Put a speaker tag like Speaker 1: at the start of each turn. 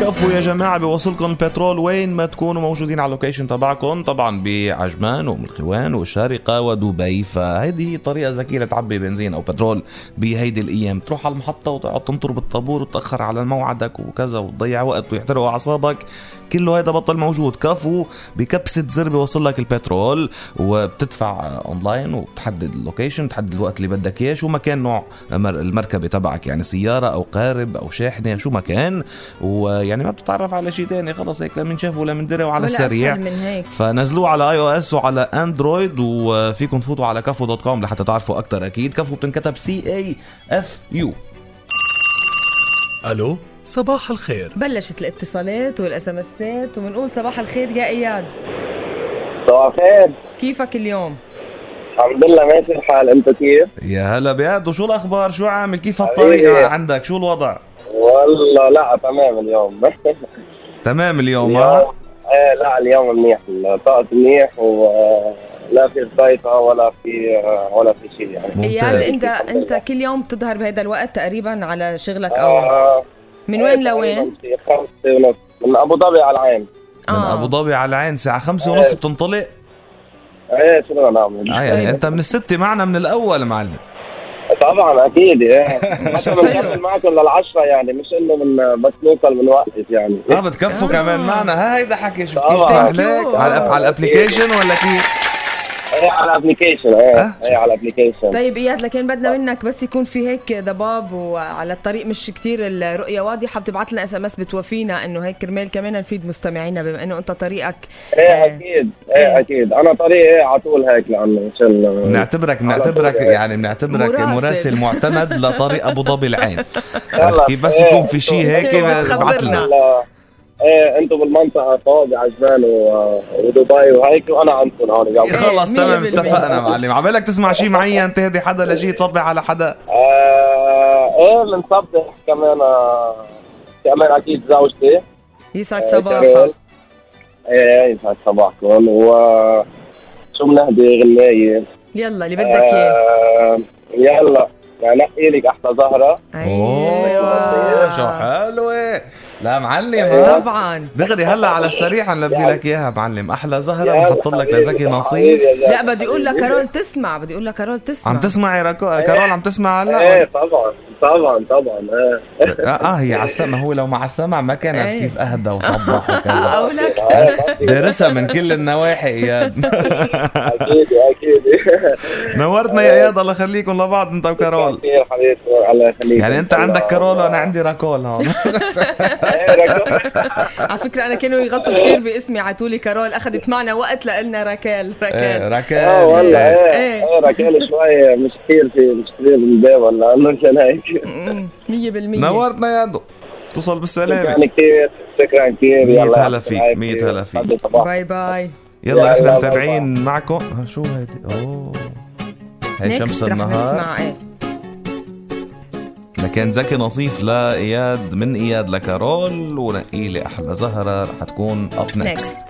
Speaker 1: كفو يا جماعة بيوصلكم بترول وين ما تكونوا موجودين على اللوكيشن تبعكم طبعا بعجمان وأم القوان والشارقة ودبي فهذه طريقة ذكية لتعبي بنزين أو بترول بهيدي الأيام تروح على المحطة وتقعد تنطر بالطابور وتأخر على موعدك وكذا وتضيع وقت ويحترقوا أعصابك كله هيدا بطل موجود كفو بكبسة زر بيوصل لك البترول وبتدفع أونلاين وبتحدد اللوكيشن بتحدد الوقت اللي بدك إياه شو ما كان نوع مر- المركبة تبعك يعني سيارة أو قارب أو شاحنة شو ما كان ويعني ما بتتعرف على شيء تاني خلص هيك لا من شاف ولا من دري وعلى
Speaker 2: ولا
Speaker 1: السريع
Speaker 2: أسهل من هيك
Speaker 1: فنزلوه على اي او اس وعلى اندرويد وفيكم تفوتوا على كفو دوت كوم لحتى تعرفوا اكثر اكيد كفو بتنكتب سي اي اف يو
Speaker 3: ألو صباح الخير
Speaker 2: بلشت الاتصالات والاس ام اسات وبنقول صباح الخير يا اياد
Speaker 4: صباح الخير
Speaker 2: كيفك اليوم؟
Speaker 4: الحمد لله ماشي الحال انت كيف؟
Speaker 1: يا هلا بياد وشو الاخبار شو عامل كيف هالطريقه
Speaker 4: حبيبي.
Speaker 1: عندك شو الوضع
Speaker 4: والله لا تمام اليوم
Speaker 1: تمام اليوم ها
Speaker 4: اليوم- ايه لا اليوم منيح الطقس منيح ولا في الصيفة ولا في ولا في شيء يعني
Speaker 2: اياد
Speaker 1: ممتاز
Speaker 2: انت انت كل يوم بتظهر بهذا الوقت تقريبا على شغلك او
Speaker 4: آه،
Speaker 2: من
Speaker 4: إيه،
Speaker 2: وين
Speaker 4: تقريباً
Speaker 2: لوين؟
Speaker 4: في خمسة ونص من ابو ظبي على العين
Speaker 1: من
Speaker 2: آه.
Speaker 1: ابو ظبي على العين الساعه خمسة ونص
Speaker 4: إيه.
Speaker 1: بتنطلق
Speaker 4: ايه شو بدنا نعمل؟
Speaker 1: آه يعني
Speaker 2: طيب.
Speaker 1: انت من الستة معنا من الاول معلم
Speaker 4: طبعا اكيد ايه حتى بنكمل معكم للعشرة يعني مش انه من بس نوصل بنوقف يعني
Speaker 1: اه بتكفوا
Speaker 2: آه.
Speaker 1: كمان معنا ها هيدا حكي شوف كيف
Speaker 4: طبعاً.
Speaker 1: راح لك على الأب- على الابلكيشن ولا كيف
Speaker 4: ايه على الابلكيشن ايه
Speaker 1: آه.
Speaker 4: ايه على الابلكيشن
Speaker 2: طيب اياد لكن بدنا منك بس يكون في هيك ضباب وعلى الطريق مش كتير الرؤيه واضحه بتبعت لنا اس ام اس بتوفينا انه هيك كرمال كمان نفيد مستمعينا بما انه انت طريقك
Speaker 4: ايه اكيد
Speaker 2: إيه.
Speaker 4: ايه اكيد انا طريقي إيه على طول هيك آه، لانه ان شاء الله
Speaker 1: بنعتبرك بنعتبرك
Speaker 4: طول.
Speaker 1: يعني بنعتبرك
Speaker 2: مراسل.
Speaker 1: مراسل معتمد لطريق ابو ظبي العين
Speaker 4: يلا.
Speaker 1: عرفت كيف بس
Speaker 4: إيه،
Speaker 1: يكون في شيء
Speaker 4: إنتوا-
Speaker 1: هيك
Speaker 2: إنتوا
Speaker 1: ابعت لنا
Speaker 2: بتخبرنا.
Speaker 4: لا. ايه انتم بالمنطقه سواء بعجمان و- ودبي وهيك وانا عندكم هون جنب
Speaker 1: خلص
Speaker 2: مية
Speaker 1: تمام
Speaker 2: بالمية.
Speaker 1: اتفقنا معلم عبالك تسمع شيء معين تهدي حدا لشيء تصبح على حدا
Speaker 4: آه، ايه بنصبح كمان آه، كمان اكيد زوجتي
Speaker 2: يسعد صباحك
Speaker 4: كارول. ايه يسعد صباحكم و شو بنهدي غنايه
Speaker 2: يلا اللي بدك إيه؟ اياه
Speaker 4: آه، يلا نقي لك احلى زهره
Speaker 2: أيوة.
Speaker 1: شو حلوة لا معلم آه. ها؟
Speaker 2: طبعا
Speaker 1: دغري هلا على السريع نلبي لك اياها معلم احلى زهره
Speaker 4: يلا
Speaker 1: بنحط لك
Speaker 4: يعني- حبيبي، إيه.
Speaker 1: لزكي
Speaker 4: حبيبي
Speaker 1: نصيف
Speaker 4: يا زلمة.
Speaker 2: لا بدي اقول لكارول تسمع بدي اقول لكارول تسمع
Speaker 1: عم تسمعي
Speaker 4: إيه.
Speaker 1: ركو... كارول عم تسمع هلا
Speaker 4: ايه طبعا طبعا طبعا
Speaker 1: اه,
Speaker 4: ايه
Speaker 1: آه هي على السمع هو لو مع السمع ما كان عرف
Speaker 2: إيه.
Speaker 1: كيف اهدى وصبح وكذا
Speaker 2: او لك
Speaker 1: دارسها من كل النواحي اياد
Speaker 4: اكيد اكيد
Speaker 1: نورتنا يا اياد الله يخليكم لبعض انت وكارول
Speaker 4: كثير حبيبتي الله يخليك
Speaker 1: يعني انت عندك كارول وانا عندي راكول هون
Speaker 4: إيه،
Speaker 2: على فكرة أنا كانوا يغلطوا كثير باسمي عتولي كارول أخذت معنا وقت لقلنا راكال
Speaker 1: إيه،
Speaker 2: راكال
Speaker 1: راكال
Speaker 4: اه والله
Speaker 1: إيه.
Speaker 4: ايه
Speaker 2: إيه.
Speaker 4: ايه ركال شوي مش كثير في مش كثير بنداول لانه كان هيك
Speaker 2: أمم، مية بالمية
Speaker 1: نورتنا يا دو توصل بالسلامة
Speaker 4: شكرا كثير شكرا كثير
Speaker 1: مية
Speaker 4: يلا
Speaker 1: هلا فيك، مية هلا فيك.
Speaker 2: باي باي
Speaker 1: يلا
Speaker 4: يا
Speaker 1: نحن
Speaker 4: الله،
Speaker 1: متابعين معكم ها، شو هيدي اوه هي شمس
Speaker 2: نيكست رح
Speaker 1: النهار
Speaker 2: نسمع إيه
Speaker 1: لكن زكي نصيف لاياد من اياد لكارول ونقي لي احلى زهره رح تكون اب نيكست
Speaker 2: نيكست